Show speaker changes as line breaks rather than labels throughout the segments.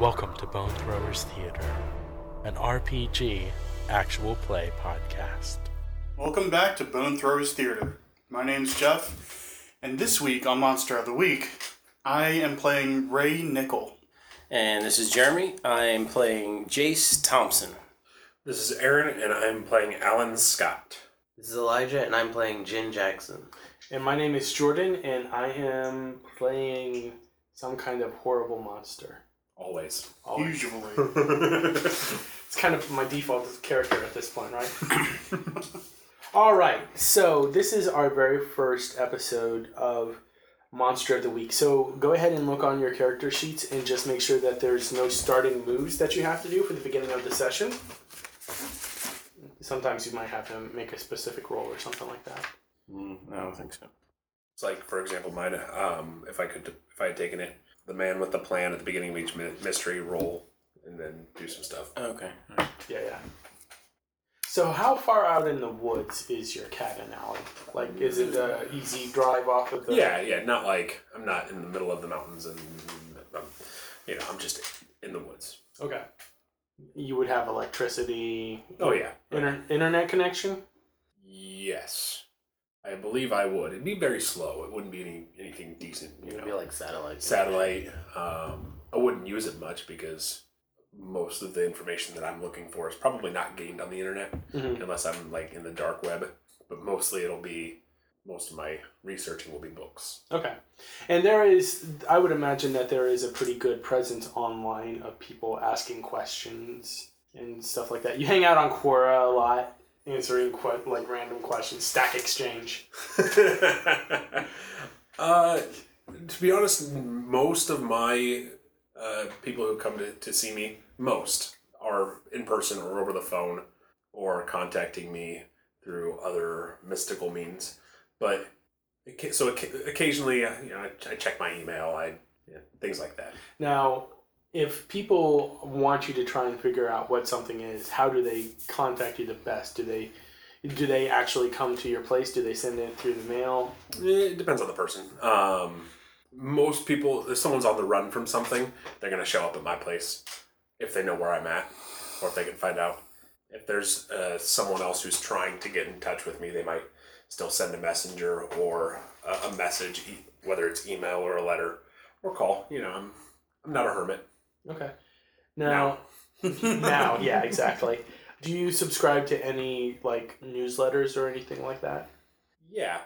Welcome to Bone Throwers Theater, an RPG actual play podcast.
Welcome back to Bone Throwers Theater. My name's Jeff, and this week on Monster of the Week, I am playing Ray Nickel.
And this is Jeremy. I'm playing Jace Thompson.
This is Aaron, and I'm playing Alan Scott.
This is Elijah, and I'm playing Jin Jackson.
And my name is Jordan, and I am playing some kind of horrible monster.
Always.
Usually.
It's kind of my default character at this point, right? All right, so this is our very first episode of Monster of the Week. So go ahead and look on your character sheets and just make sure that there's no starting moves that you have to do for the beginning of the session. Sometimes you might have to make a specific roll or something like that.
Mm,
I don't think so.
It's like, for example, mine. Um, if I could, if I had taken it, the man with the plan at the beginning of each mi- mystery roll, and then do some stuff.
Okay.
Yeah, yeah. So, how far out in the woods is your cabin, Alan? Like, is it an easy drive off of the?
Yeah, yeah. Not like I'm not in the middle of the mountains, and i you know, I'm just in the woods.
Okay. You would have electricity,
Oh yeah.
inter- internet connection.
Yes. I believe I would. It'd be very slow. It wouldn't be any anything decent. You
It'd
know.
be like satellite.
satellite. Um, I wouldn't use it much because most of the information that I'm looking for is probably not gained on the internet
Mhm.
unless I'm like in the dark web. But mostly it'll be most of my researching will be books.
Okay. And there is, I would imagine that there is a pretty good presence online of people asking questions and stuff like that. You hang out on Quora a lot, answering que- like random questions, Stack Exchange.
uh, to be honest, most of my uh, people who come to, to see me, most are in person or over the phone or contacting me through other mystical means. But occa- so occa- occasionally, uh, you know, I, I check my email, I yeah, things like that.
Now, if people want you to try and figure out what something is, how do they contact you the best? Do they do they actually come to your place? Do they send it through the mail?
Eh, It depends on the person. Um, most people, if someone's on the run from something, they're going to show up at my place if they know where I'm at or if they can find out. If there's uh, someone else who's trying to get in touch with me, they might still send a messenger or a, a message, e- whether it's email or a letter or call. You know, I'm, I'm not a hermit.
Okay. Now, now, yeah, exactly. Do you subscribe to any like newsletters or anything like that?
Yeah.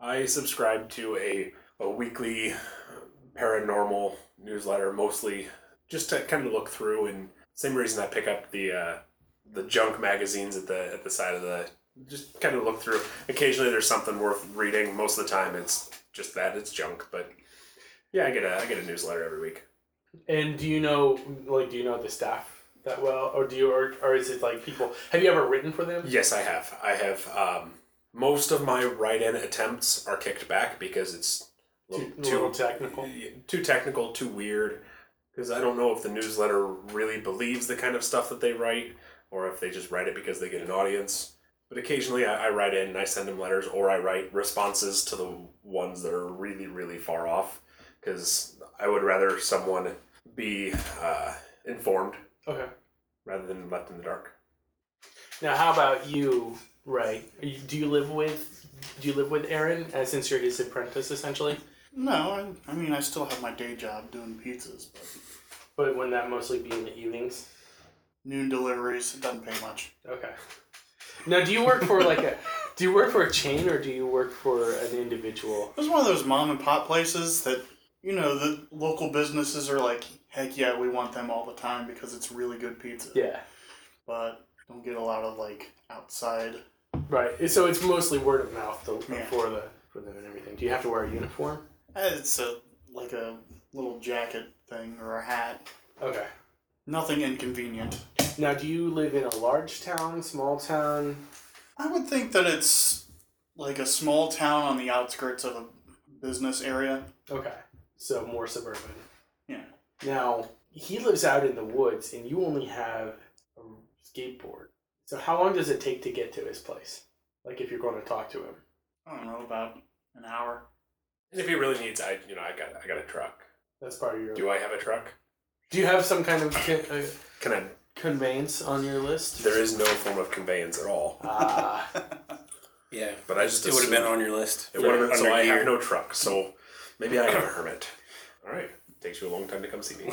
I subscribe to a, a weekly paranormal newsletter, mostly just to kind of look through and same reason I pick up the uh, the junk magazines at the at the side of the just kind of look through. Occasionally there's something worth reading. Most of the time it's just that it's junk, but yeah, I get a I get a newsletter every week.
And do you know like do you know the staff that well, or do you or, or is it like people? Have you ever written for them?
Yes, I have. I have. Um, most of my write-in attempts are kicked back because it's a
Too- a little technical.
too technical, too weird. Because I don't know if the newsletter really believes the kind of stuff that they write, or if they just write it because they get an audience. But occasionally, I, I write in and I send them letters, or I write responses to the ones that are really, really far off. Because I would rather someone be uh, informed
Okay.
rather than left in the dark.
Now, how about you, Ray? Are you- Do you live with Do you live with Aaron uh, since you're his apprentice essentially?
No, I, I mean, I still have my day job doing pizzas, but
But wouldn't that mostly be in the evenings?
noon deliveries, it doesn't pay much.
Okay. Now, do you work for like a Do you work for a chain or do you work for an individual?
It was one of those mom and pop places that, you know, the local businesses are like, heck yeah, we want them all the time because it's really good pizza.
Yeah.
But don't get a lot of, like, outside.
Right. So it's mostly word of mouth though,
Yeah.
for the for them and everything. Do you have to wear a uniform?
Eh, It's a, like a little jacket thing or a hat.
Okay.
Nothing inconvenient.
Now, do you live in a large town, small town?
I would think that it's like a small town on the outskirts of a business area.
Okay, so more suburban.
Yeah.
Now, he lives out in the woods and you only have a skateboard. So, how long does it take to get to his place? Like, if you're going to talk to him?
I don't know, about an hour.
And if he really needs, I you know, I got I got a truck.
That's part of your.
Do I have a truck?
Do you have some kind of con- uh,
Can I?
conveyance on your list?
There is no form of conveyance at all.
Ah,
Yeah,
But I just
it would have been
assumed-
on your list.
It would have been.
Under
So I
year.
have no truck. So maybe I am a hermit. All right. Takes you a long time to come see me.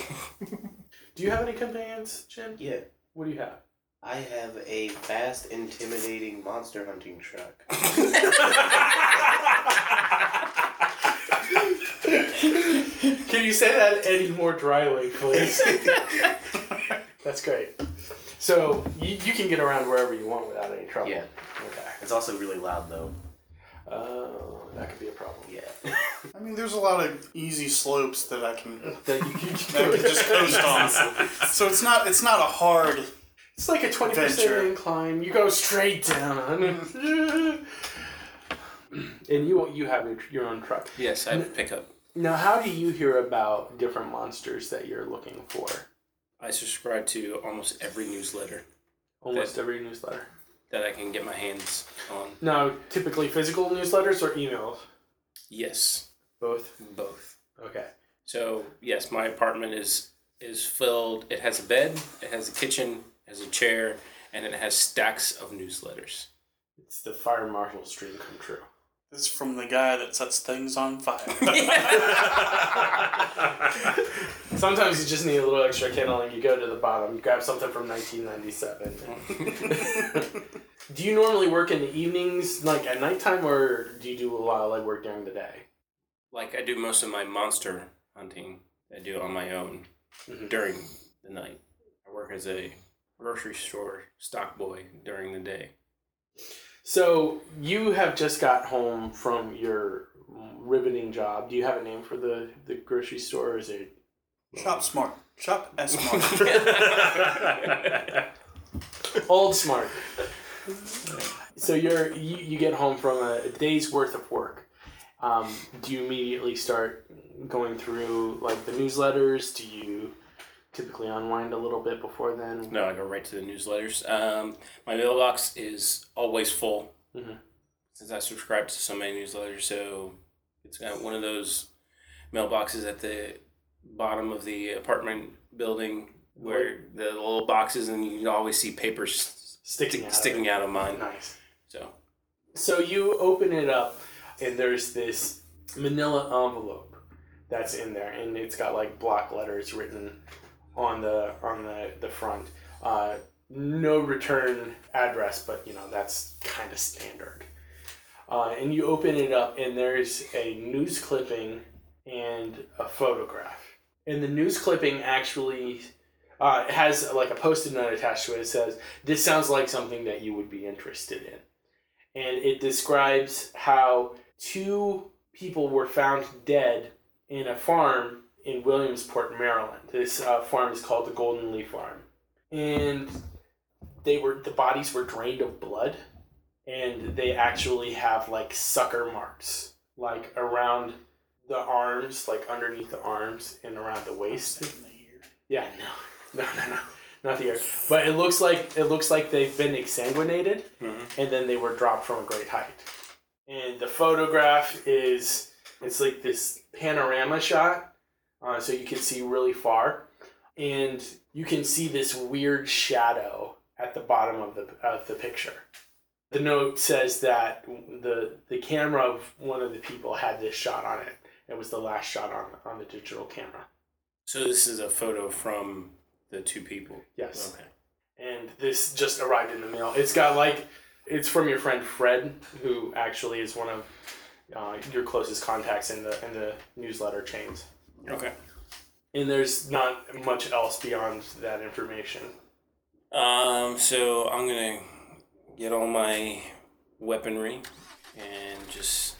do you have any conveyance, Jim?
Yeah,
What do you have?
I have a fast, intimidating monster hunting truck.
Can you say that any more dryly, please? That's great. So you, you can get around wherever you want without any trouble.
Yeah,
Okay.
it's also really loud though.
Oh, that could be a problem.
Yeah.
I mean, there's a lot of easy slopes that I can
That you can
that I can just coast on. So it's not it's not a hard.
It's like a twenty
Venture.
percent incline. You go straight down, and you you have your, your own truck.
Yes, I have a pickup.
Now, how do you hear about different monsters that you're looking for?
I subscribe to almost every newsletter
Almost every newsletter.
that I can get my hands on.
Now, typically physical newsletters or emails.
Yes,
Both.
both.
Okay.
So yes, my apartment is is filled. It has a bed, it has a kitchen, it has a chair, and it has stacks of newsletters.
It's the fire marshal's dream come true.
This is from the guy that sets things on fire.
Sometimes you just need a little extra kennel and you go to the bottom, you grab something from 1997. do you normally work in the evenings, like at nighttime, or do you do a lot of like work during the day?
Like I do most of my monster hunting, I do on my own during the night. I work as a grocery store stock boy during the day.
So you have just got home from your riveting job. Do you have a name for the, the grocery store? Or is it
Shop smart. Shop as smart.
Old Smart? so you're you, you get home from a, a day's worth of work. Um, do you immediately start going through like the newsletters? Do you typically unwind a little bit before then?
No, I go right to the newsletters. Um, my mailbox is always full
Mhm.
since I subscribe to so many newsletters. So it's got one of those mailboxes at the bottom of the apartment building where the little boxes and you can always see papers
Sticking out.
sticking out of mine.
Nice.
So
So you open it up, and there's this manila envelope that's in there, and it's got like block letters written on the on the the front. Uh, no return address, but you know that's kind of standard. Uh, and you open it up, and there's a news clipping and a photograph. And the news clipping actually uh, it has like a post-it note attached to it. It says, "This sounds like something that you would be interested in." and it describes how two people were found dead in a farm in Williamsport, Maryland. This uh, farm is called the Golden Leaf Farm, and they were the bodies were drained of blood, and they actually have like sucker marks, like around the arms, like underneath the arms and around the waist. Yeah, no, no, no, no. Not the ear. But it looks like it looks like they've been exsanguinated and then they were dropped from a great height. And the photograph is it's like this panorama shot, uh, so you can see really far, and you can see this weird shadow at the bottom of the of the picture. The note says that the the camera of one of the people had this shot on it. It was the last shot on on the digital camera.
so this is a photo from the two people.
Yes.
Okay.
and this just arrived in the mail. It's got like, it's from your friend Fred, who actually is one of uh, your closest contacts in the in the newsletter chains.
Okay.
And there's not much else beyond that information.
Um, so I'm gonna get all my weaponry and just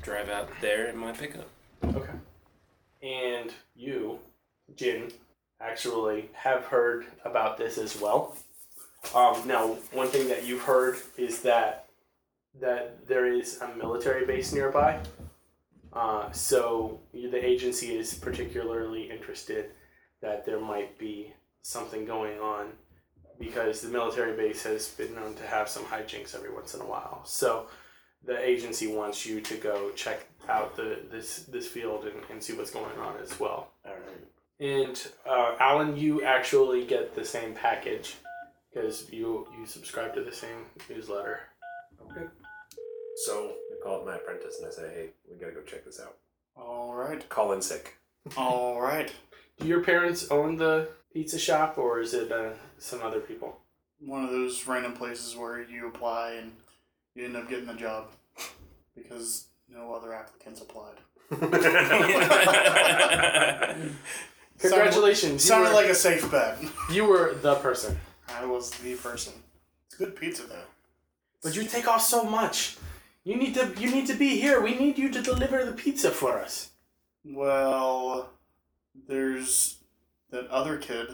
drive out there in my pickup.
Okay. And you, Jin, actually have heard about this as well. Um, now, one thing that you've heard is that that there is a military base nearby. Uh, so you- the agency is particularly interested that there might be something going on because the military base has been known to have some hijinks every once in a while. So the agency wants you to go check out the this this field and, and see what's going on as well.
All right.
And uh, Alan, you actually get the same package because you you subscribe to the same newsletter.
So I call up my apprentice and I say, hey, we gotta go check this out.
All right.
Call in sick.
All right.
Do your parents own the pizza shop, or is it uh, some other people?
One of those random places where you apply and you end up getting the job because no other applicants applied.
Congratulations! you
Sounded
were-
like a safe bet.
you were the person,
I was the person. It's good pizza though.
but you take off so much. You need to you need to be here. We need you to deliver the pizza for us.
Well, there's that other kid.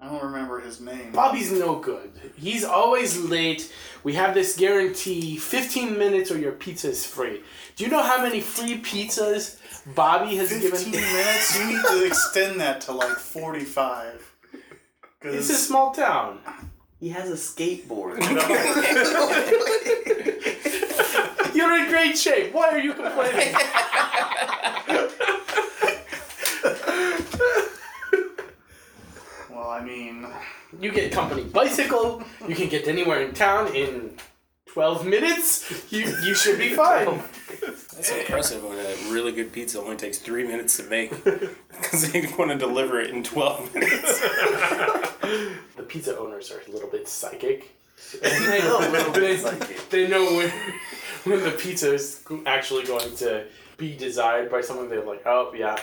I don't remember his name.
Bobby's no good. He's always late. We have this guarantee 15 minutes or your pizza is free. Do you know how many free pizzas Bobby has
15
given?
minutes? You need to extend that to like 45.
It's a
Because
small town.
He has a skateboard.
You're in great shape. Why are you complaining?
well, I mean,
You get company bicycle. You can get anywhere in town in 12 minutes. You you should be
Oh,
fine.
That's impressive when a really good pizza only takes three minutes to make because they want to deliver it in 12 minutes.
The pizza owners are a little bit psychic. they, they- they know when when the pizza is actually going to be desired by someone. They're like, oh yeah,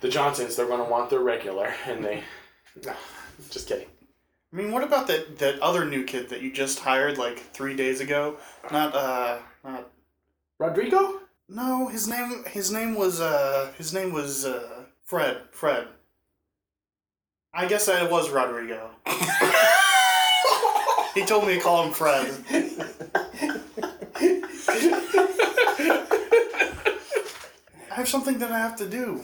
the Johnsons. They're going to want their regular, and they. No, just kidding.
I mean, what about that that other new kid that you just hired like three days ago? Not uh, not
Rodrigo.
no. His name his name was uh his name was uh Fred Fred. I guess I was Rodrigo. he told me to call him Fred. I have something that I have to do.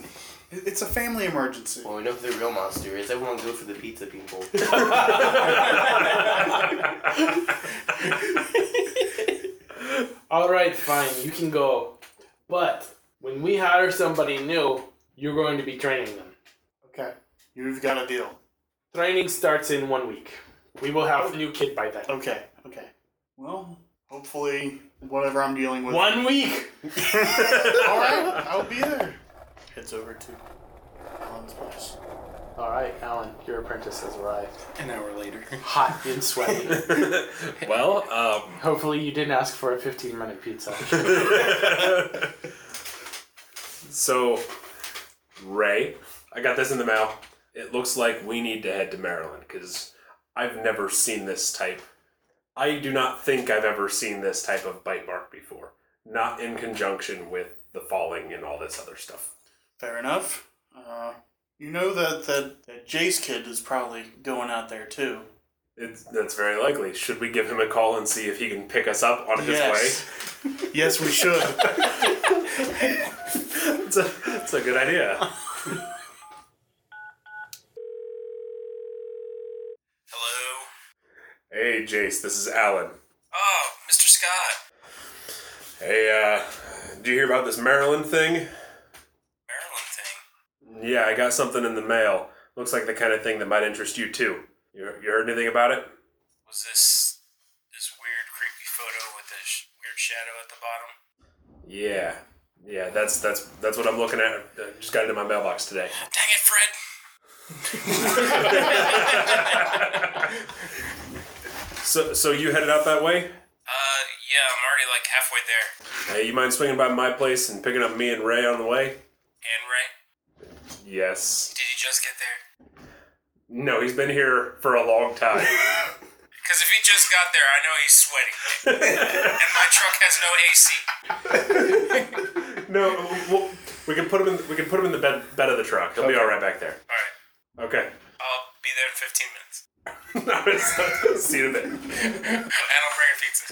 It- It's a family emergency.
well, we know who the real monster is. Everyone go for the pizza people.
All right, fine. You can go, but when we hire somebody new, you're going to be training them.
Okay, you've got a deal.
Training starts in one week. We will have a new kid by then.
Okay, okay. Well, hopefully, whatever I'm dealing with.
One week.
All right, I'll be there. Heads over to Alan's place.
All right, Alan, your apprentice has arrived.
An hour later.
Hot and sweaty.
well, um,
Hopefully, you didn't ask for a 15-minute pizza.
so Ray, I got this in the mail. It looks like we need to head to Maryland because I've never seen this type. I do not think I've ever seen this type of bite mark before. Not in conjunction with the falling and all this other stuff.
Fair enough. Uh, you know that, that that Jace kid is probably going out there too.
It's, that's very likely. Should we give him a call and see if he can pick us up on his
Yes. Yes, we should.
way? It's a, it's a good idea.
Hello.
hey, Jace, this is Alan.
Oh, Mr. Scott.
Hey, uh, do you hear about this Maryland thing?
Maryland thing.
Yeah, I got something in the mail. Looks like the kind of thing that might interest you too. You, you heard anything about it?
Was this this weird, creepy photo with the sh- weird shadow at the bottom?
Yeah, yeah, that's that's that's what I'm looking at. I just got it in my mailbox today.
Dang it, Fred.
So, so you headed out that way?
Uh, yeah, I'm already like halfway there.
Hey, you mind swinging by my place and picking up me and Ray on the way?
And Ray,
Yes.
did you just get there?
No, he's been here for a long time.
Because if he just got there, I know he's sweating. and my truck has no AC.
no, we'll, we can put him in. We can put him in the bed bed of the truck. He'll be all right back there.
All right.
Okay.
15 minutes.
See you in a bit.
And I'll bring a pizza.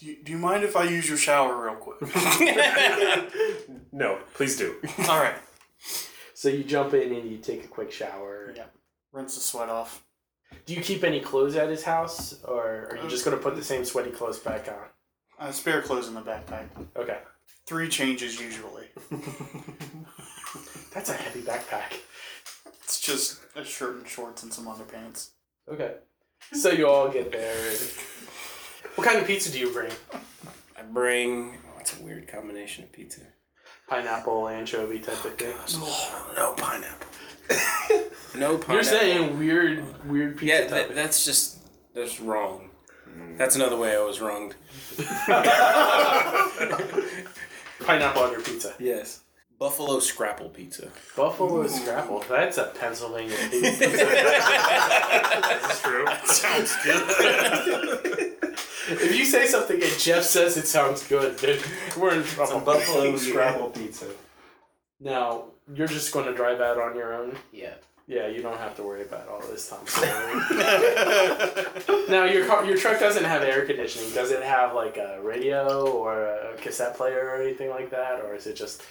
Do you, do you mind if I use your shower real quick?
No, please do.
All right.
So you jump in and you take a quick shower.
Yeah. Rinse the sweat off.
Do you keep any clothes at his house, or are you just
Um,
gonna put the same sweaty clothes back on?
Uh, spare clothes in the backpack.
Okay,
Three changes usually.
that's a heavy backpack.
It's just a shirt and shorts and some underpants.
Okay, so you all get there. And... What kind of pizza do you bring?
I bring. Oh, it's a weird combination of pizza.
Pineapple, anchovy type of thing.
Oh, no pineapple. no pineapple.
You're saying weird, weird pizza.
Yeah,
type
that, that's just that's wrong. That's another way I was wronged.
pineapple on your pizza.
Yes. Buffalo scrapple pizza.
Buffalo scrapple. That's a Pennsylvania pizza.
That's true.
if you say something and Jeff says it sounds good, then we're in trouble.
Buffalo Scrabble pizza.
Now you're just going to drive out on your own.
Yeah.
Yeah, you don't have to worry about all this time. now your car, your truck doesn't have air conditioning. Does it have like a radio or a cassette player or anything like that, or is it just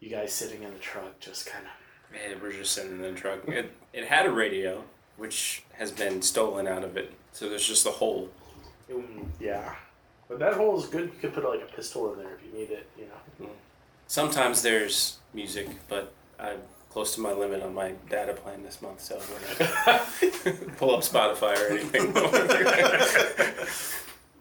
you guys sitting in the truck, just kind of?
Man, we're just sitting in the truck. It, it had a radio, which has been stolen out of it. So there's just a hole.
mm, yeah, but that hole is good. You could put like a pistol in there if you need it. You know.
Sometimes there's music, but I'm close to my limit on my data plan this month, so we're not gonna pull up Spotify or anything.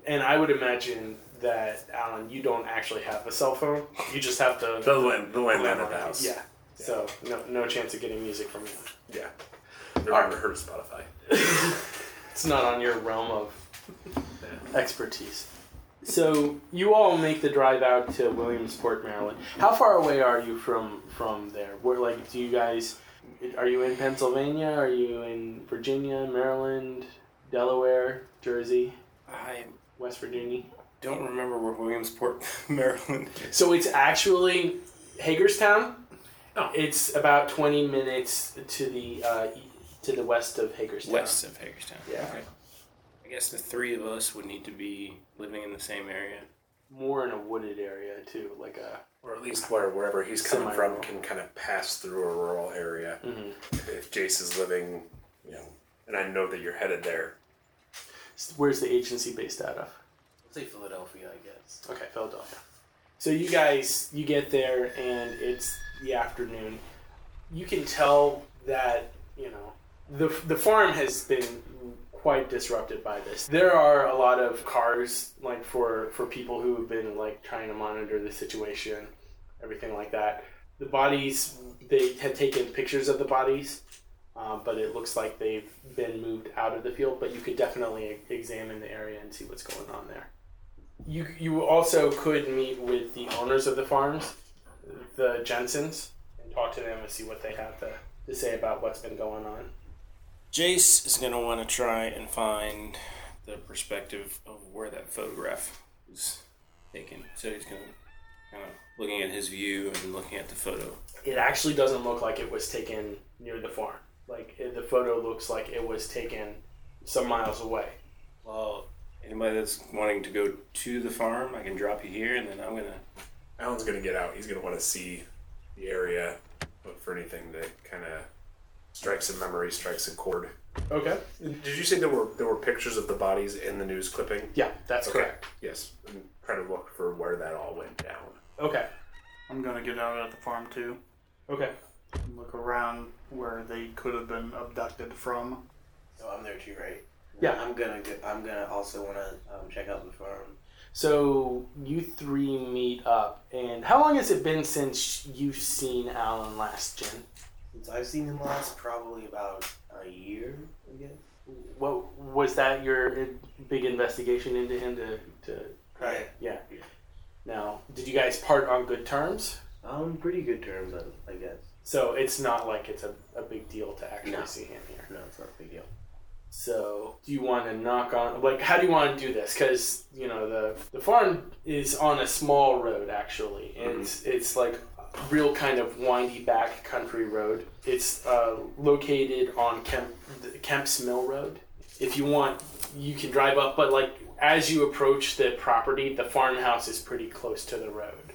And I would imagine that Alan, you don't actually have a cell phone. You just have the
The, land, the landlord of the house.
Yeah. So no, no chance of getting music from you.
Yeah. I've never heard of Spotify.
It's not on your realm of expertise. So you all make the drive out to Williamsport, Maryland. How far away are you from from there? Where like do you guys? Are you in Pennsylvania? Are you in Virginia, Maryland, Delaware, Jersey,
I
West Virginia?
don't remember where Williamsport, Maryland is.
So it's actually Hagerstown. It's about twenty minutes to the uh, e- to the west of Hagerstown.
West of Hagerstown.
Yeah.
Okay. I guess the three of us would need to be living in the same area.
more in a wooded area too, like a
Or at least where wherever he's coming
Semi-rural.
from can kind of pass through a rural area.
Mm-hmm.
If Jace is living, you know, and I know that you're headed there.
where's the agency based out of?
Say Philadelphia, I guess.
Okay, Philadelphia. So you guys, you get there and it's the afternoon. You can tell that you know the the farm has been quite disrupted by this. There are a lot of cars like for for people who have been like trying to monitor the situation, everything like that. The bodies they had taken pictures of the bodies. Um, but it looks like they've been moved out of the field, but you could definitely e-, examine the area and see what's going on there you you also could meet with the owners of the farms, the Jensens, and talk to them and see what they have to, to say about what's been going on.
Jace is going to want to try and find the perspective of where that photograph was taken. So he's going to kind of looking at his view and looking at the photo.
It actually doesn't look like it was taken near the farm. Like it, the photo looks like it was taken some miles away.
Well, anybody that's wanting to go to the farm, I can drop you here, and then I'm going to.
Alan's gonna get out. He's gonna want to see the area, look for anything that kind of strikes a memory, strikes a chord.
Okay.
Did you say there were there were pictures of the bodies in the news clipping?
Yeah, that's correct.
Yes. I'm trying to look for where that all went down.
Okay.
I'm gonna get out at the farm too
Okay.
and look around where they could have been abducted from.
So I'm there too, right?
Yeah.
I'm gonna. Go, I'm gonna also wanna um, check out the farm.
So you three meet up, and how long has it been since you've seen Alan last, Jen?
Since I've seen him last, probably about a year, I guess.
What was that your big investigation into him to, to
Right.
Yeah. Now, did you guys part on good terms?
On pretty good terms, I- I guess.
So it's not like it's a, a big deal to actually
No.
see him here.
No, it's not a big deal.
So, do you want to knock on? Like, how do you want to do this? Because you know the the farm is on a small road actually, and it's it's like a real kind of windy back country road. It's uh, located on Kemp the Kemp's Mill Road. If you want, you can drive up, but like as you approach the property, the farmhouse is pretty close to the road.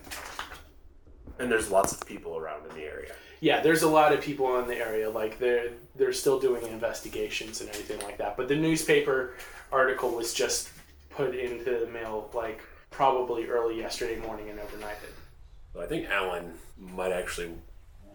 And there's lots of people around in the area.
yeah, there's a lot of people in the area. Like they're they're still doing investigations and everything like that. But the newspaper article was just put into the mail like probably early yesterday morning and overnighted.
So I think Alan might actually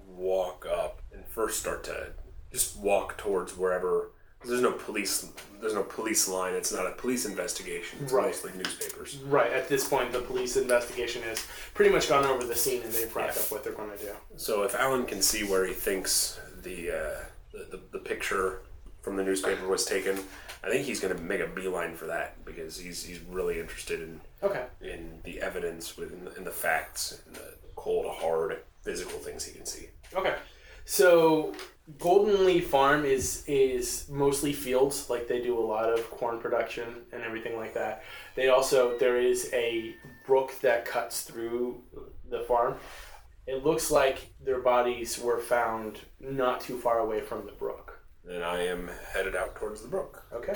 walk up and first start to just walk towards wherever. 'cause There's no police. There's no police line. It's not a police investigation. It's
Right.
mostly newspapers.
Right at this point, the police investigation has pretty much gone over the scene and they've wrapped up what they're going to do.
So if Alan can see where he thinks the uh, the, the, the picture from the newspaper was taken, I think he's going to make a beeline for that because he's he's really interested in
Okay.
in the evidence within in the facts and the cold hard physical things he can see.
Okay. So Golden Leaf Farm is is mostly fields, like they do a lot of corn production and everything like that. They also there is a brook that cuts through the farm. It looks like their bodies were found not too far away from the brook.
Then I am headed out towards the brook.
Okay.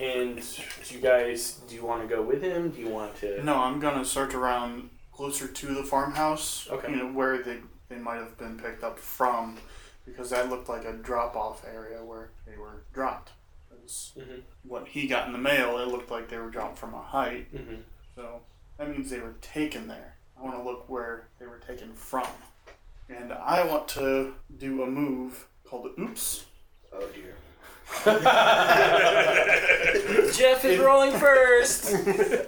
And do you guys do you want to go with him? Do you want to
No, I'm gonna search around closer to the farmhouse.
Okay.
You know where they they might have been picked up from, because that looked like a drop off area where they were dropped. 'Cause
Mhm.
What he got in the mail, it looked like they were dropped from a height.
Mhm.
So that means they were taken there. I want to look where they were taken from, and I want to do a move called "Oops."
Oh dear.
Jeff is rolling first.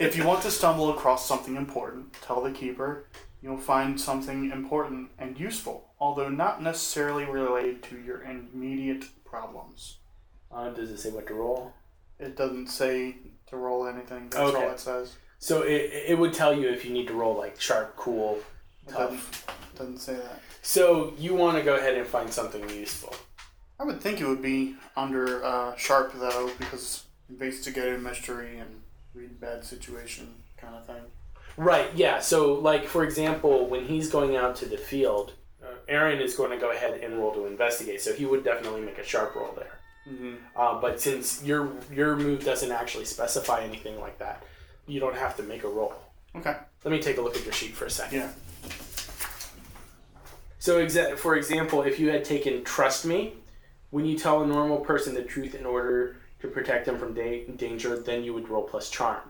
If you want to stumble across something important, tell the keeper. You'll find something important and useful, although not necessarily related to your immediate problems.
uh, does it say what to roll?
It doesn't say to roll anything. That's
Okay.
all it says.
So it, it would tell you if you need to roll like sharp, cool,
It
tough.
doesn't, doesn't say that.
So you want to go ahead and find something useful.
I would think it would be under uh, sharp though, because investigative mystery and read bad situation kind of thing.
Right, yeah. So, like, for example, when he's going out to the field, uh, Aaron is going to go ahead and roll to investigate. So he would definitely make a sharp roll there. Uh, but since your your move doesn't actually specify anything like that, you don't have to make a roll.
Okay.
Let me take a look at your sheet for a second.
Yeah.
So, exa- for example, if you had taken trust me, when you tell a normal person the truth in order to protect them from da- danger, then you would roll plus charm.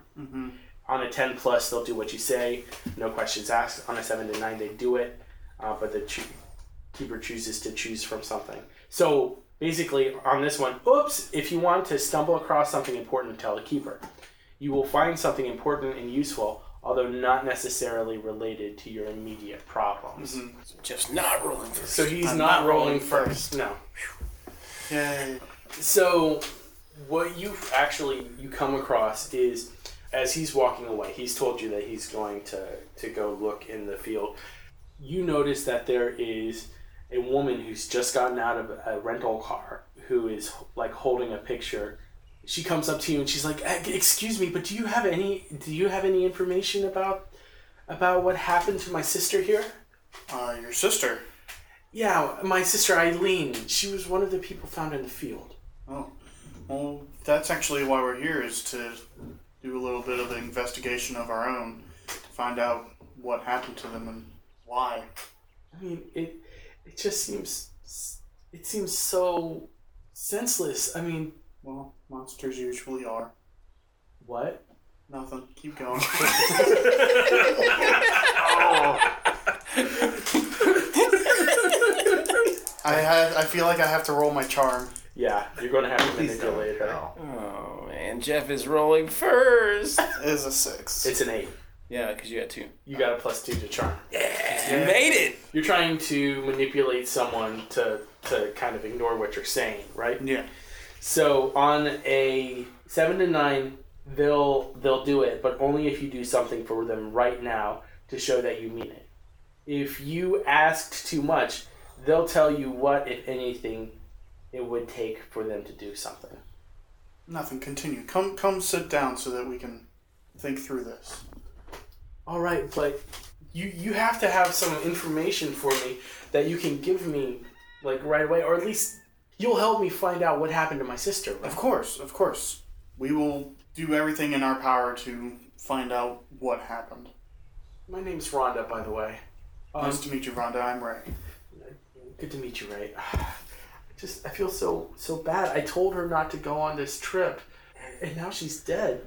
On a 10 plus, they'll do what you say, no questions asked. On a 7 to 9, they do it, uh, but the choo- keeper chooses to choose from something. So, basically, on this one, oops, if you want to stumble across something important, tell the keeper. You will find something important and useful, although not necessarily related to your immediate problems.
Jeff's not rolling first.
So he's
I'm
Mm-hmm. not,
not
rolling,
rolling
first. No.
Yay.
So what you actually you come across is as he's walking away, he's told you that he's going to to go look in the field. You notice that there is a woman who's just gotten out of a rental car who is like holding a picture. She comes up to you and she's like, "Eh, "Excuse me, but do you have any do you have any information about about what happened to my sister here?"
Uh, your sister.
Yeah, my sister Eileen. She was one of the people found in the field.
Oh, well, that's actually why we're here is to do a little bit of investigation of our own, to find out what happened to them and why.
I mean, it it just seems it seems so senseless. I mean,
Well, monsters usually are.
what?
Nothing. Keep going. I have, I feel like I have to roll my charm.
Yeah, you're gonna have to manipulate her.
Oh man, Jeff is rolling first.
It is a six.
It's an eight.
yeah, because you got two.
You got a plus two to charm.
You made it.
You're trying to manipulate someone to to kind of ignore what you're saying, right?
yeah.
So on a seven to nine, they'll they'll do it, but only if you do something for them right now to show that you mean it. If you asked too much, they'll tell you what, if anything, it would take for them to do something.
Nothing. Continue. Come, come, sit down so that we can think through this.
All right, but you you have to have some information for me that you can give me like right away, or at least you'll help me find out what happened to my sister. Right?
Of course, of course, we will do everything in our power to find out what happened.
My name's Rhonda, by the way. Um,
Nice to meet you, Rhonda. I'm Ray.
good to meet you, Ray. Just I feel so so bad. I told her not to go on this trip, and now she's dead.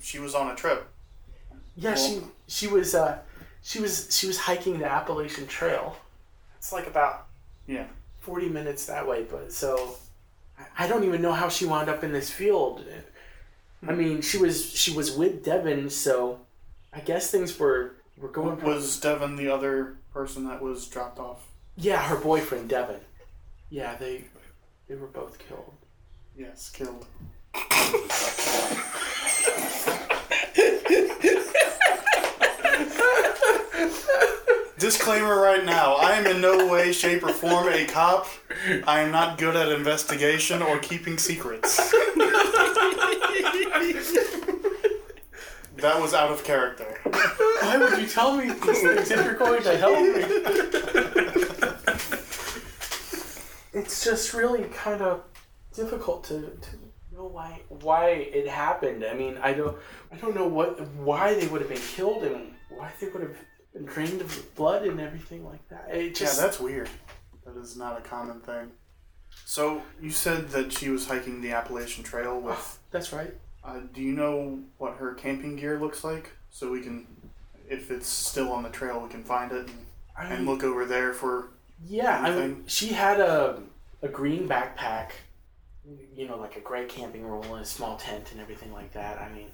She was on a trip.
Yeah, she she was uh, she was she was hiking the Appalachian Trail. It's like about
Yeah.
forty minutes that way, but so I- I don't even know how she wound up in this field. I mean, she was she was with Devin, so I guess things were were going.
Was Devin the other person that was dropped off?
yeah, her boyfriend Devin. Yeah, they they were both killed.
Yes, killed. Disclaimer right now I am in no way, shape, or form a cop. I am not good at investigation or keeping secrets. that was out of character.
Why would you tell me these things if you're going to help me? It's just really kind of difficult to, to know why why it happened. I mean, I don't I don't know what why they would have been killed and why they would have been drained of blood and everything like that. It
Yeah,
just
that's weird. That is not a common thing. So, you said that she was hiking the Appalachian Trail with
that's right.
Uh, do you know what her camping gear looks like? So we can, if it's still on the trail, we can find it and,
I
and look over there for.
Yeah, I mean,
Anything?
she had a a green backpack, you know, like a gray camping roll and a small tent and everything like that. I mean,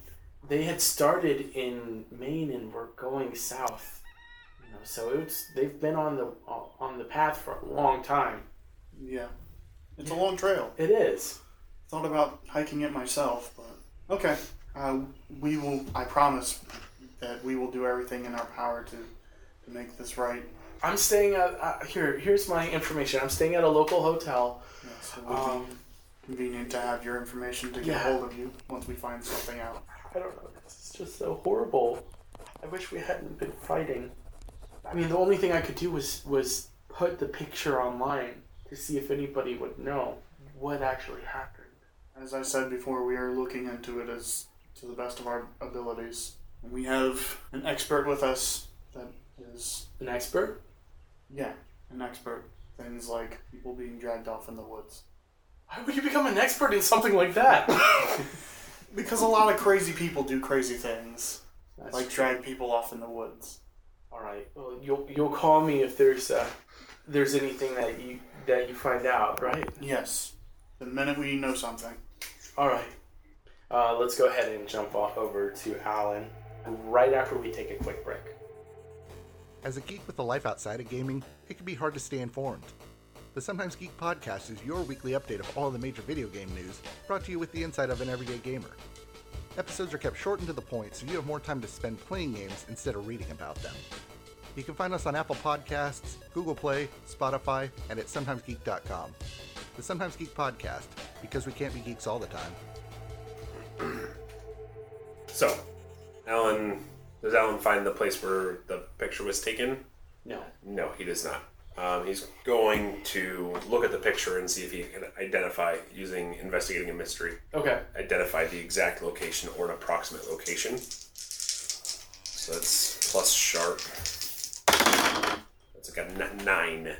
they had started in Maine and were going south, you know, so it's they've been on the uh, on the path for a long time.
Yeah. It's a long trail.
It is.
Thought about hiking it myself, but. Okay. Uh, we will, I promise that we will do everything in our power to, to make this right.
I'm staying at uh, here. Here's my information. I'm staying at a local hotel.
Yeah, so it would
Um,
be convenient to have your information to get
Yeah.
hold of you once we find something out.
I don't know. This is just so horrible. I wish we hadn't been fighting. I mean, the only thing I could do was was put the picture online to see if anybody would know what actually happened.
As I said before, we are looking into it as to the best of our abilities. We have an expert with us that is,
An expert?
yeah, an expert. Things like people being dragged off in the woods.
Why would you become an expert in something like that?
Because a lot of crazy people do crazy things,
That's
like drag people off in the woods.
All right. Well, you'll you'll call me if there's uh, there's anything that you that you find out, right?
Yes. The minute we know something.
All right. Uh, let's go ahead and jump off over to Alan right after we take a quick break.
As a geek with a life outside of gaming, it can be hard to stay informed. The Sometimes Geek podcast is your weekly update of all the major video game news, brought to you with the insight of an everyday gamer. Episodes are kept short and to the point so you have more time to spend playing games instead of reading about them. You can find us on Apple Podcasts, Google Play, Spotify, and at sometimesgeek.com. The Sometimes Geek podcast, because we can't be geeks all the time.
So, Alan, does Alan find the place where the picture was taken?
No.
No, he does not. Um, he's going to look at the picture and see if he can identify, using investigating a mystery,
Okay.
identify the exact location or an approximate location. So that's plus sharp. That's like a n- nine.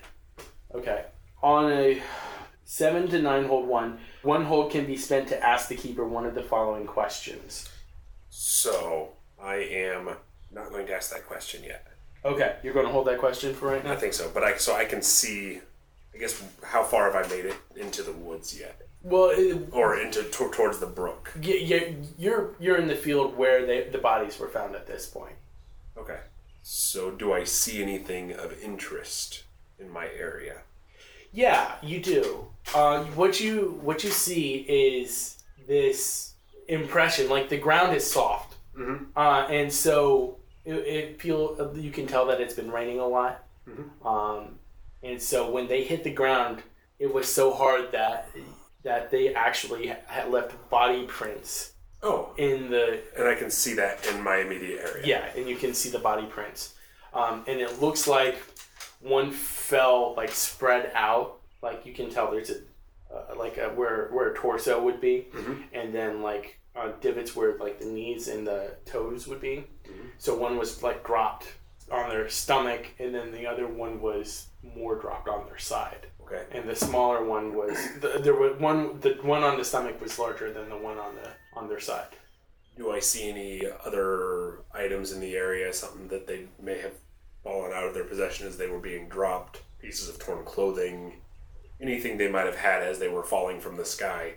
Okay. On a seven to nine hold one, one hold can be spent to ask the keeper one of the following questions.
So I am not going to ask that question yet.
Okay, you're going to hold that question for right
I
now.
think so, but I so I can see. I guess how far have I made it into the woods yet,
Well, it,
or into to- towards the brook?
y- y- you're you're in the field where they, the bodies were found at this point.
Okay. So do I see anything of interest in my area?
Yeah, you do. Uh, what you what you see is this impression, like the ground is soft, uh, and so it, it feel you can tell that it's been raining a lot, um, and so when they hit the ground, it was so hard that that they actually had left body prints
Oh,
in the
and I can see that in my immediate area.
yeah, and you can see the body prints, um, and it looks like one fell like spread out. Like you can tell there's a uh, like a, where where a torso would be, and then like uh, divots where like the knees and the toes would be. So one was like dropped on their stomach, and then the other one was more dropped on their side.
Okay.
And the smaller one was the, there was one the one on the stomach was larger than the one on the on their side.
Do I see any other items in the area? Something that they may have fallen out of their possession as they were being dropped? Pieces of torn clothing, anything they might have had as they were falling from the sky.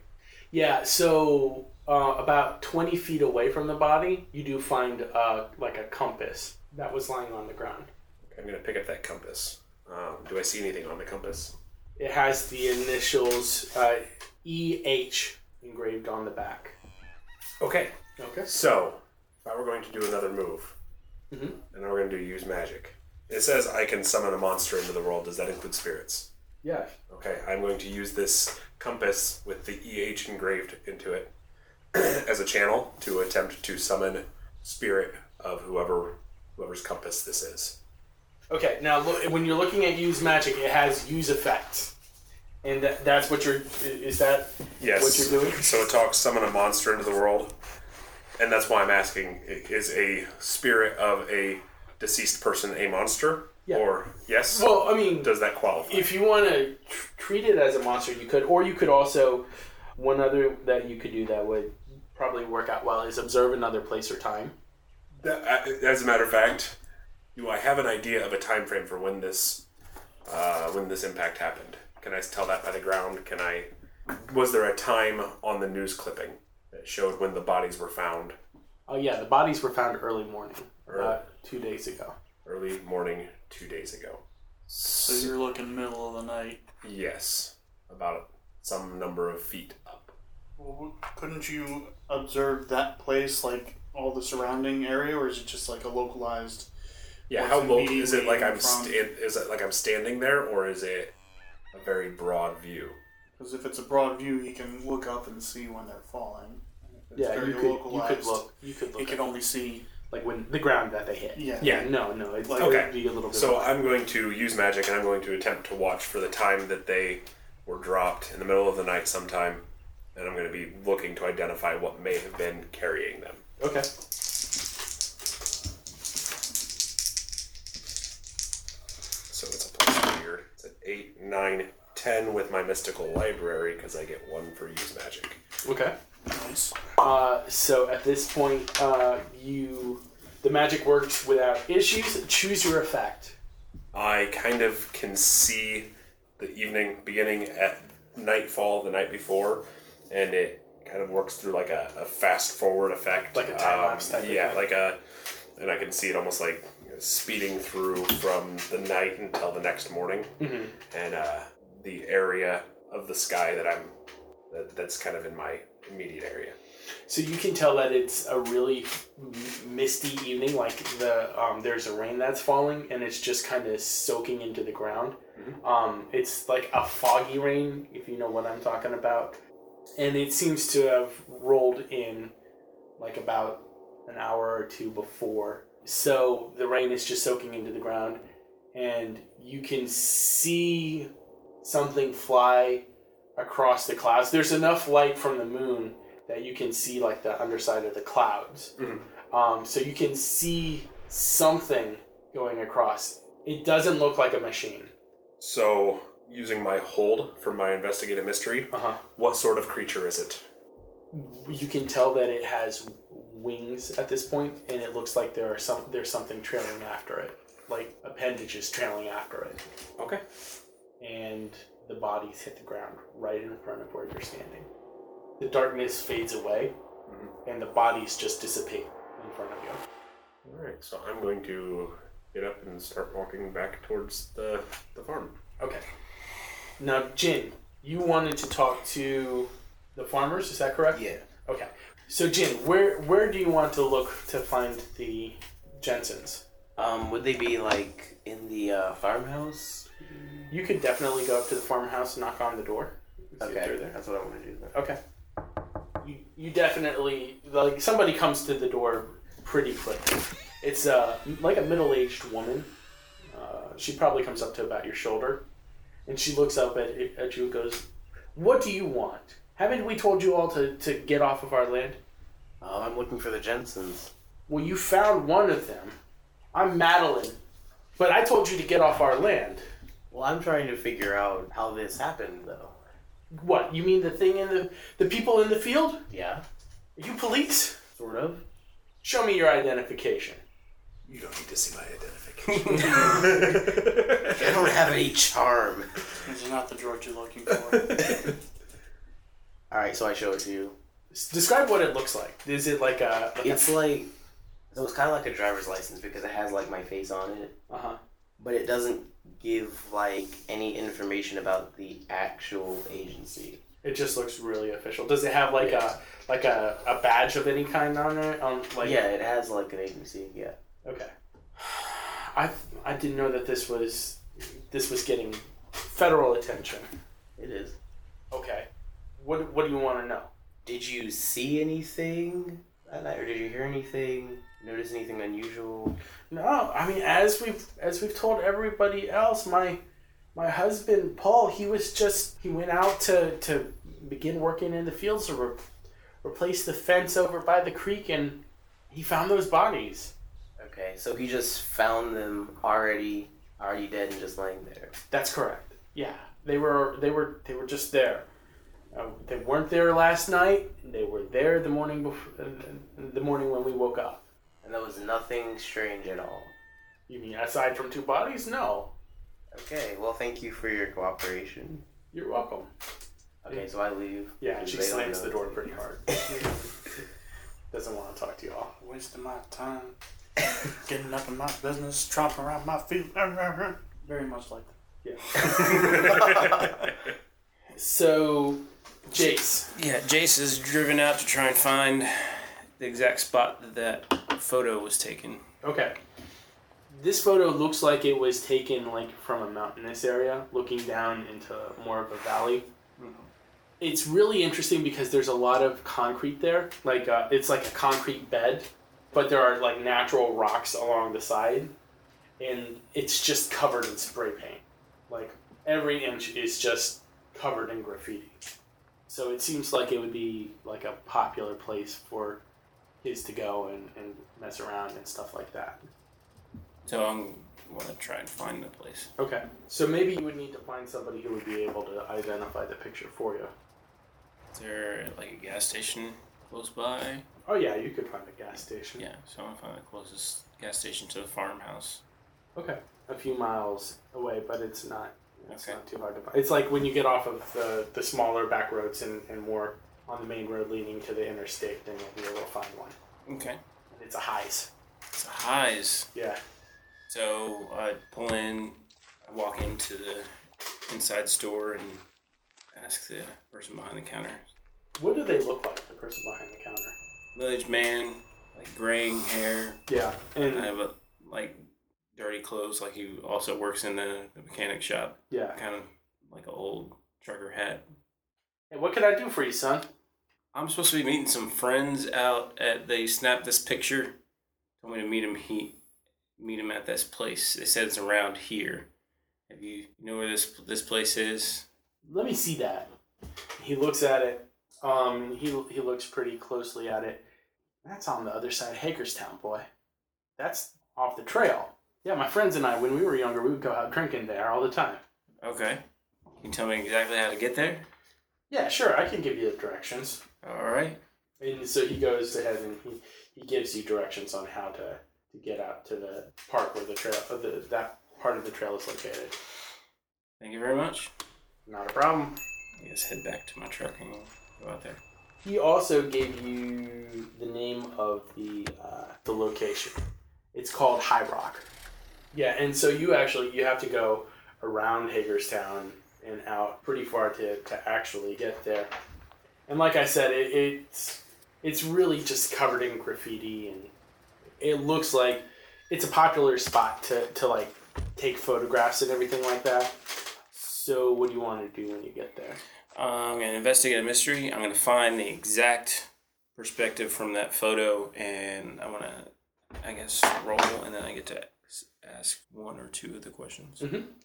Yeah, so uh, about 20 feet away from the body, you do find uh, like a compass that was lying on the ground.
I'm gonna pick up that compass. Um, do I see anything on the compass?
It has the initials uh, EH engraved on the back.
Okay.
Okay.
So, if I were going to do another move,
Mhm.
and we're going to do use magic, it says I can summon a monster into the world. Does that include spirits?
Yeah.
Okay, I'm going to use this compass with the EH engraved into it as a channel to attempt to summon spirit of whoever whoever's compass this is.
Okay, now look, when you're looking at use magic, it has use effects. And that, that's what you're. i- Is that.
Yes.
What you're doing?
So it talks summon a monster into the world, and that's why I'm asking: i- is a spirit of a deceased person a monster?
Yeah.
Or yes?
Well, I mean.
Does that qualify?
if you want to tr- treat it as a monster, you could, or you could also one other that you could do that would probably work out well is observe another place or time.
That- uh, As a matter of fact, do I have an idea of a time frame for when this uh, when this impact happened? Can I tell that by the ground? Can I? Was there a time on the news clipping that showed when the bodies were found?
Oh yeah, the bodies were found early morning,
Early.
about two days ago.
Early morning, two days ago.
So you're looking middle of the night.
Yes, about some number of feet up.
Well, couldn't you observe that place, like all the surrounding area, or is it just like a localized?
Yeah,
What's
how
the
low
median
is it? Like I'm
from-
sta- is it like I'm standing there, or is it a very broad view?
Because if it's a broad view, you can look up and see when they're falling. If it's
yeah,
very
you could you could
localized,
look you could look
You
at,
can only see.
like when the ground that they hit.
Yeah.
Yeah.
No, no, it
Like-
it would
Okay.
be a little bit.
So I'm going to use magic and I'm going to attempt to watch for the time that they were dropped in the middle of the night sometime. And I'm going to be looking to identify what may have been carrying them.
okay.
So it's a plus here. It's an 8, 9, 10 with my mystical library because I get one for use magic.
Okay.
Nice.
Uh, so at this point, uh, you the magic works without issues. Choose your effect.
I kind of can see the evening beginning at nightfall the night before, and it kind of works through like a, a fast forward effect, Um,
Like a time lapse type of
Yeah,
thing.
like a, and I can see it almost like you know, speeding through from the night until the next morning,
Mm-hmm.
and uh, the area of the sky that I'm that, that's kind of in my immediate area.
So you can tell that it's a really m- misty evening. Like the um, there's a rain that's falling, and it's just kind of soaking into the ground. Um, it's like a foggy rain, if you know what I'm talking about. And it seems to have rolled in, like about an hour or two before. So the rain is just soaking into the ground, and you can see something fly across the clouds. There's enough light from the moon that you can see like the underside of the clouds. Um, so you can see something going across. It doesn't look like a machine.
So, using my hold for my investigative mystery,
Uh-huh.
what sort of creature is it?
You can tell that it has wings at this point, and it looks like there are some there's something trailing after it, like appendages trailing after it,
Okay.
and the bodies hit the ground right in front of where you're standing. The darkness fades away, and the bodies just dissipate in front of you.
All right, so I'm going to get up and start walking back towards the, the farm.
Okay. Now, Jin, you wanted to talk to the farmers, is that correct?
Yeah.
Okay. So, Jin, where where do you want to look to find the Jensens?
Um, would they be like in the uh, farmhouse?
You could definitely go up to the farmhouse, knock on the door.
Okay, that's what I want to do. Then.
Okay. You, you definitely like somebody comes to the door pretty quick. It's uh like a middle aged woman. Uh, she probably comes up to about your shoulder, and she looks up at at you and goes, "What do you want? Haven't we told you all to to get off of our land?
Oh, I'm looking for the Jensens.
Well, you found one of them. I'm Madeline, but I told you to get off our land.
Well, I'm trying to figure out how this happened, though.
What you mean the thing in the the people in the field?
Yeah,
Are you police?
sort of.
Show me your identification."
You don't need to see my identification.
I don't have any charm.
This is not the droid you're looking for.
All right, so I show it to you.
Describe what it looks like. Is it like a? Like
It's like so it's kind of like a driver's license because it has like my face on it,
Uh huh.
but it doesn't give like any information about the actual agency.
It just looks really official. Does it have like a like a, a badge of any kind on it? On like
yeah, it has like an agency. Yeah.
Okay. I I didn't know that this was this was getting federal attention.
It is.
Okay. What what do you want to know?
Did you see anything that night, or did you hear anything? Notice anything unusual?
No, I mean as we've as we've told everybody else, my my husband Paul, he was just he went out to to begin working in the fields to re- replace the fence over by the creek, and he found those bodies.
Okay, so he just found them already, already dead and just laying there.
That's correct. Yeah, they were they were they were just there. Uh, they weren't there last night. They were there the morning before uh, the morning when we woke up.
And there was nothing strange at all.
You mean aside from two bodies? No.
Okay, well, thank you for your cooperation.
You're welcome.
Okay, so I leave.
Yeah,
because
she
they don't
slams
know.
the door pretty hard. Doesn't want to talk to y'all.
Waste of my time. Getting up in my business, tromping around my feet. Very much like that.
So, Jace,
Yeah, Jace is driven out to try and find the exact spot that that photo was taken.
Okay. This photo looks like it was taken like from a mountainous area, looking down into more of a valley. It's really interesting because there's a lot of concrete there. Like uh, it's like a concrete bed, but there are like natural rocks along the side, and it's just covered in spray paint. Like every inch is just covered in graffiti. So it seems like it would be like a popular place for kids to go and, and mess around and stuff like that.
So I'm want to try and find the place.
Okay. So maybe you would need to find somebody who would be able to identify the picture for you.
Is there like a gas station close by?
Oh yeah, you could find a gas station.
Yeah, so I'm gonna find the closest gas station to the farmhouse.
Okay. A few miles away, but it's not it's
Okay.
not too hard to find. It's like when you get off of the, the smaller back roads and, and more on the main road leading to the interstate, then you'll be able to find one.
Okay.
And it's a highs.
It's a highs.
Yeah.
So I pull in, I walk into the inside store and ask the person behind the counter.
What do they look like, the person behind the counter?
Village man, like graying hair.
Yeah.
I
And
have a like dirty clothes. Like he also works in the, the mechanic shop.
yeah.
Kind of like an old trucker hat.
Hey, what can I do for you, son?
I'm supposed to be meeting some friends out at. They snapped this picture. Told me to meet him. He meet him at this place. They said it's around here. Have you, you know where this this place is?
let me see that. He looks at it. Um, he he looks pretty closely at it. That's on the other side of Hagerstown, boy. That's off the trail. Yeah, my friends and I, when we were younger, we would go out drinking there all the time.
Okay. Can you tell me exactly how to get there?
Yeah, sure, I can give you the directions.
All right.
And so he goes ahead and he, he gives you directions on how to, to get out to the park where the trail uh, the, that part of the trail is located.
Thank you very much.
Not a problem.
I guess head back to my truck and we'll go out there.
He also gave you the name of the uh, the location. It's called High Rock. Yeah, and so you actually you have to go around Hagerstown and out pretty far to, to actually get there. And like I said, it, it's it's really just covered in graffiti and it looks like it's a popular spot to, to like take photographs and everything like that. So what do you want to do when you get there?
I'm going to investigate a mystery. I'm going to find the exact perspective from that photo, and I'm going to, I guess, roll, and then I get to s- ask one or two of the questions.
Mm-hmm.
Mhm.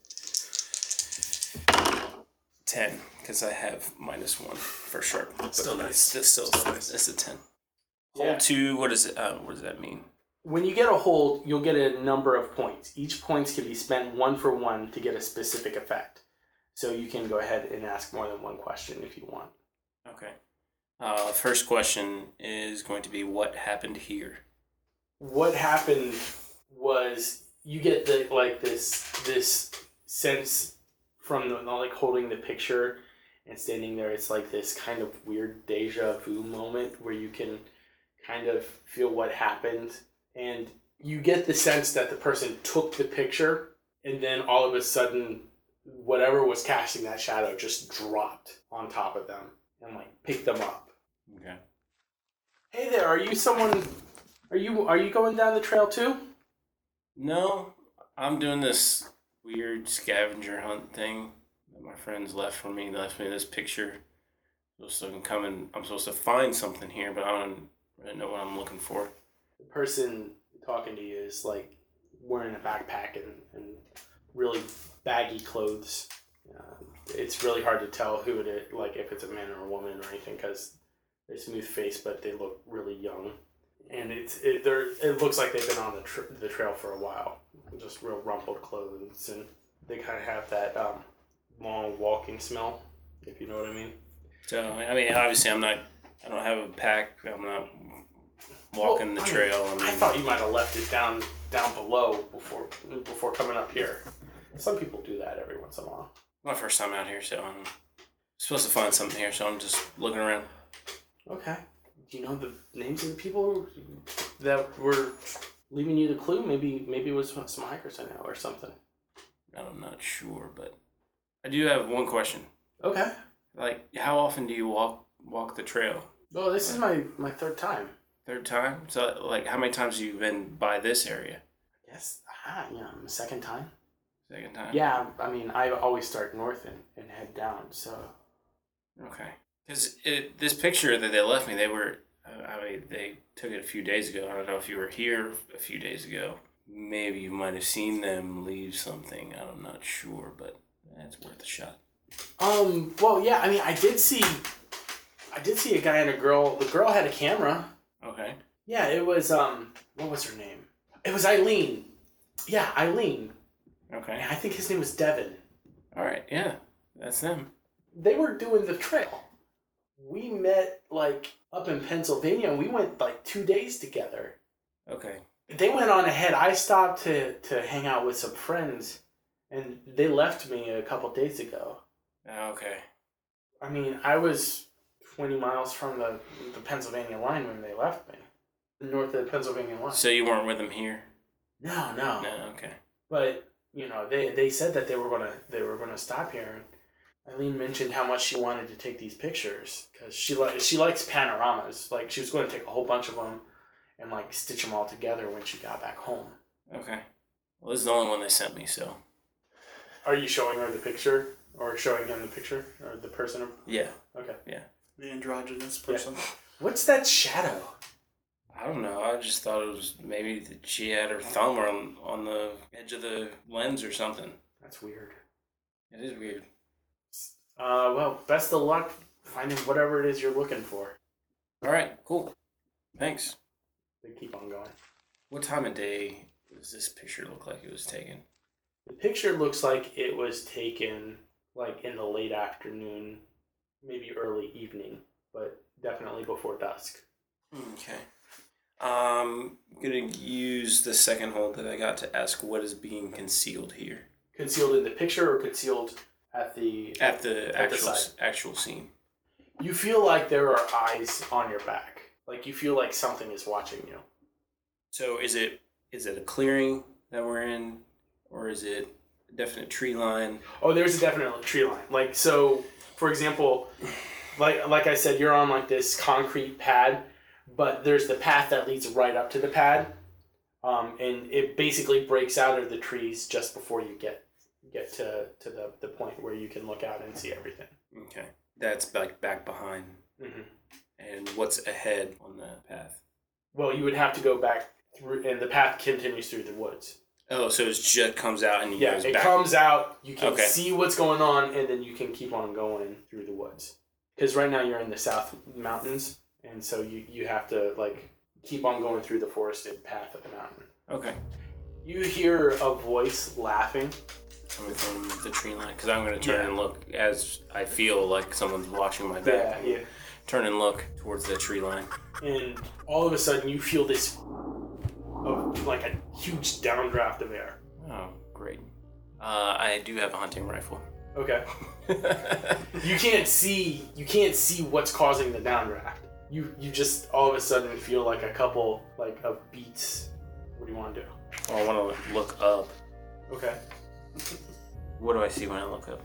10, because I have minus one for sure. But
Still nice.
It's, it's still It's a 10. Hole
Yeah.
two, what, is it, uh, what does that mean?
When you get a hold, you'll get a number of points. Each points can be spent one for one to get a specific effect. So you can go ahead and ask more than one question if you want.
Okay. Uh, first question is going to be what happened here?
what happened was you get the like this this sense from the like holding the picture and standing there it's like this kind of weird deja vu moment where you can kind of feel what happened and you get the sense that the person took the picture and then all of a sudden whatever was casting that shadow just dropped on top of them and like picked them up
Okay.
hey there are you someone are you are you going down the trail too
No, I'm doing this weird scavenger hunt thing that my friends left for me. They left me this picture. I'm supposed to come and I'm supposed to find something here, but I don't really know what I'm looking for.
the person talking to you is like wearing a backpack and, and really baggy clothes. Uh, it's really hard to tell who it is, like if it's a man or a woman or anything, because they're smooth faced, but they look really young. And it's it, they're, it looks like they've been on the, tr- the trail for a while. Just real rumpled clothes, and they kind of have that um, long walking smell, if you know what I mean.
So I mean, obviously, I'm not. I don't have a pack. I'm not walking
Well,
the
I mean,
trail. I
I
mean,
thought you might have left it down down below before before coming up here. Some people do that every once in a while.
my first time out here, so I'm supposed to find something here. So I'm just looking around.
Okay. Do you know the names of the people that were leaving you the clue? Maybe maybe it was some hikers I know or something.
I'm not sure, but I do have one question.
Okay.
Like, how often do you walk walk the trail?
Well, this is my my third time.
Third time? So, like, how many times have you been by this area?
I guess ah, yeah, I'm second time.
Second time?
Yeah, I mean I always start north and, and head down. So
Okay. Because this picture that they left me, they were, uh, I mean, they took it a few days ago. I don't know if you were here a few days ago. Maybe you might have seen them leave something. I'm not sure, but that's worth a shot.
um well yeah I mean I did see I did see a guy and a girl. The girl had a camera.
Okay.
Yeah, it was um what was her name? It was Eileen. Yeah, Eileen.
Okay.
And I think his name was Devin.
All right. Yeah. That's them.
They were doing the trail. We met like up in Pennsylvania and we went like two days together.
Okay.
They went on ahead. I stopped to, to hang out with some friends and they left me a couple days ago.
Uh, Okay.
I mean, I was 20 miles from the, the Pennsylvania line when they left me. North of the Pennsylvania line.
So you weren't with them here?
no, no.
No. Okay.
but you know they they said that they were gonna they were gonna stop here and eileen mentioned how much she wanted to take these pictures because she li- she likes panoramas like she was going to take a whole bunch of them and like stitch them all together when she got back home
Okay. Well, this is the only one they sent me, so.
are you showing her the picture or showing him the picture or the person
Yeah.
okay
The androgynous person.
what's that shadow
I don't know. I just thought it was maybe that she had her thumb on on the edge of the lens or something.
that's weird
It is weird.
uh well best of luck finding whatever it is you're looking for
All right, cool. Thanks.
they keep on going
What time of day does this picture look like it was taken?
The picture looks like it was taken like in the late afternoon, maybe early evening, but definitely before dusk.
Okay. Um, I'm gonna use the second hold that I got to ask what is being concealed here
Concealed in the picture or concealed at the
at the
At the
actual
side.
actual scene.
You feel like there are eyes on your back. Like you feel like something is watching you.
So is it is it a clearing that we're in, or is it a definite tree line?
Oh, there's a definite tree line. Like so, for example, like like I said, you're on like this concrete pad, but there's the path that leads right up to the pad, um, and it basically breaks out of the trees just before you get get to to the, the point where you can look out and see everything.
Okay. that's like back behind
hmm
and what's ahead on the path.
Well, you would have to go back through, and the path continues through the woods.
Oh, so it just comes out and
Yeah,
goes
it
back.
comes out. You can
Okay.
see what's going on, and then you can keep on going through the woods. Because right now you're in the South Mountains, and so you you have to like keep on going through the forested path of the mountain.
okay.
You hear a voice laughing.
Coming from the tree line because I'm going to turn and look as I feel like someone's watching my back.
yeah.
Turn and look towards the tree line.
and all of a sudden you feel this of like a huge downdraft of air.
Oh, great. Uh, I do have a hunting rifle.
Okay. You can't see you can't see what's causing the downdraft. You you just all of a sudden feel like a couple like of beats. What do you want to do?
Well, I want to look up.
Okay.
What do I see when I look up?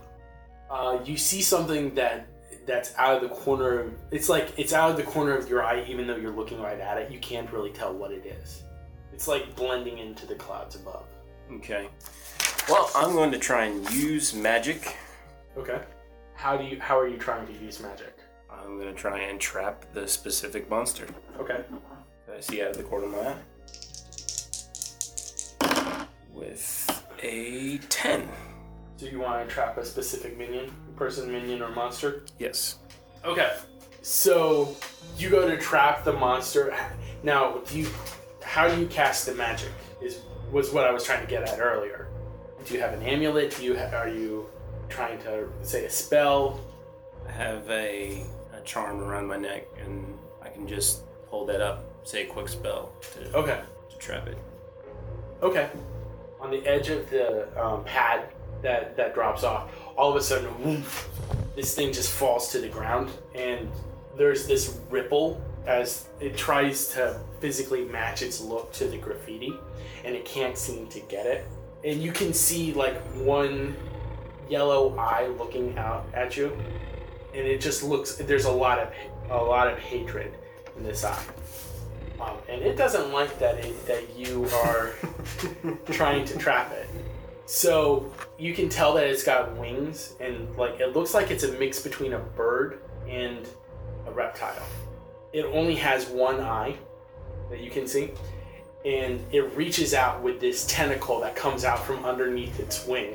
Uh, you see something that that's out of the corner of it's like it's out of the corner of your eye even though you're looking right at it. You can't really tell what it is. It's like blending into the clouds above.
Okay. Well, I'm going to try and use magic.
Okay. How do you how are you trying to use magic?
I'm going to try and trap the specific monster
Okay.
that I see out of the corner of my eye. With a 10.
Do you want to trap a specific minion, person, minion, or monster?
Yes.
Okay. So you go to trap the monster. Now, do you, how do you cast the magic? Is was what I was trying to get at earlier. Do you have an amulet? Do you ha- are you trying to say a spell?
I have a, a charm around my neck, and I can just hold that up, say a quick spell to,
Okay.
to trap it.
Okay. On the edge of the um, pad that that drops off, all of a sudden, woof, this thing just falls to the ground, and there's this ripple as it tries to physically match its look to the graffiti, and it can't seem to get it. And you can see like one yellow eye looking out at you, and it just looks. There's a lot of a lot of hatred in this eye. Um, and it doesn't like that it, that you are trying to trap it. So you can tell that it's got wings and like it looks like it's a mix between a bird and a reptile. It only has one eye that you can see, and it reaches out with this tentacle that comes out from underneath its wing,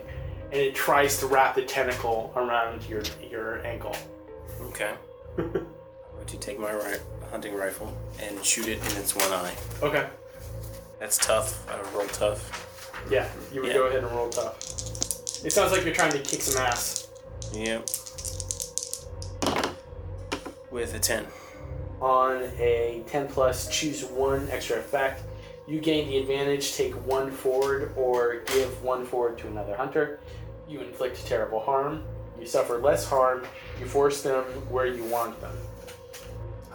and it tries to wrap the tentacle around your your ankle.
Okay. I'm going to take my ri- hunting rifle and shoot it in its one eye.
Okay.
That's tough. I roll tough.
Yeah, you would
Yeah.
go ahead and roll tough. It sounds like you're trying to kick some ass.
Yep. With a 10.
on a 10 plus choose one extra effect you gain the advantage take one forward or give one forward to another hunter you inflict terrible harm you suffer less harm you force them where you want them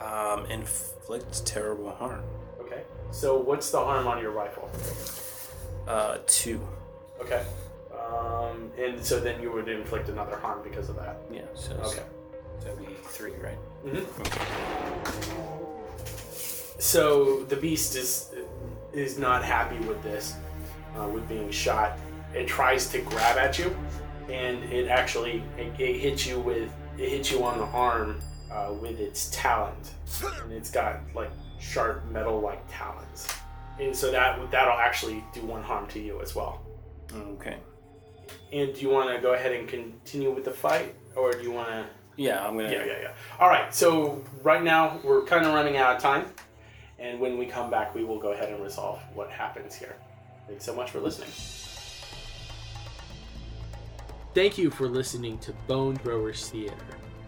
Um, inflict terrible harm.
okay so what's the harm on your rifle
Uh, 2.
okay um, and so then you would inflict another harm because of that
Yeah, so
okay
that'd be 3, right?
Mm-hmm. So the beast is is not happy with this, uh, with being shot. It tries to grab at you, and it actually it, it hits you with it hits you on the arm uh, with its talons, and it's got like sharp metal like talons, and so that that'll actually do one harm to you as well.
Okay.
And do you want to go ahead and continue with the fight, or do you want to?
Yeah, I'm gonna.
Yeah, yeah, yeah. All right. So right now we're kind of running out of time, and when we come back, we will go ahead and resolve what happens here. Thanks so much for listening. Thank you for listening to Bone Throwers Theater.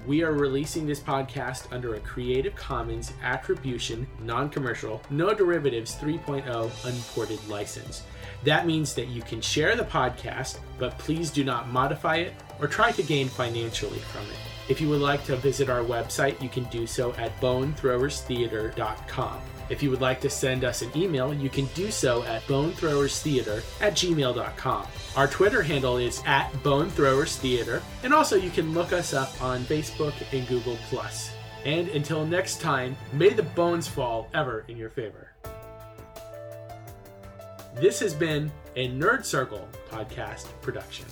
We are releasing this podcast under a Creative Commons Attribution, Non Commercial, No Derivatives 3.0 Unported license. That means that you can share the podcast, but please do not modify it or try to gain financially from it. If you would like to visit our website, you can do so at bonethrowerstheater.com. If you would like to send us an email, you can do so at bonethrowerstheater at gmail.com. Our Twitter handle is at bonethrowerstheater, and also you can look us up on Facebook and Google. And until next time, may the bones fall ever in your favor. This has been a Nerd Circle podcast production.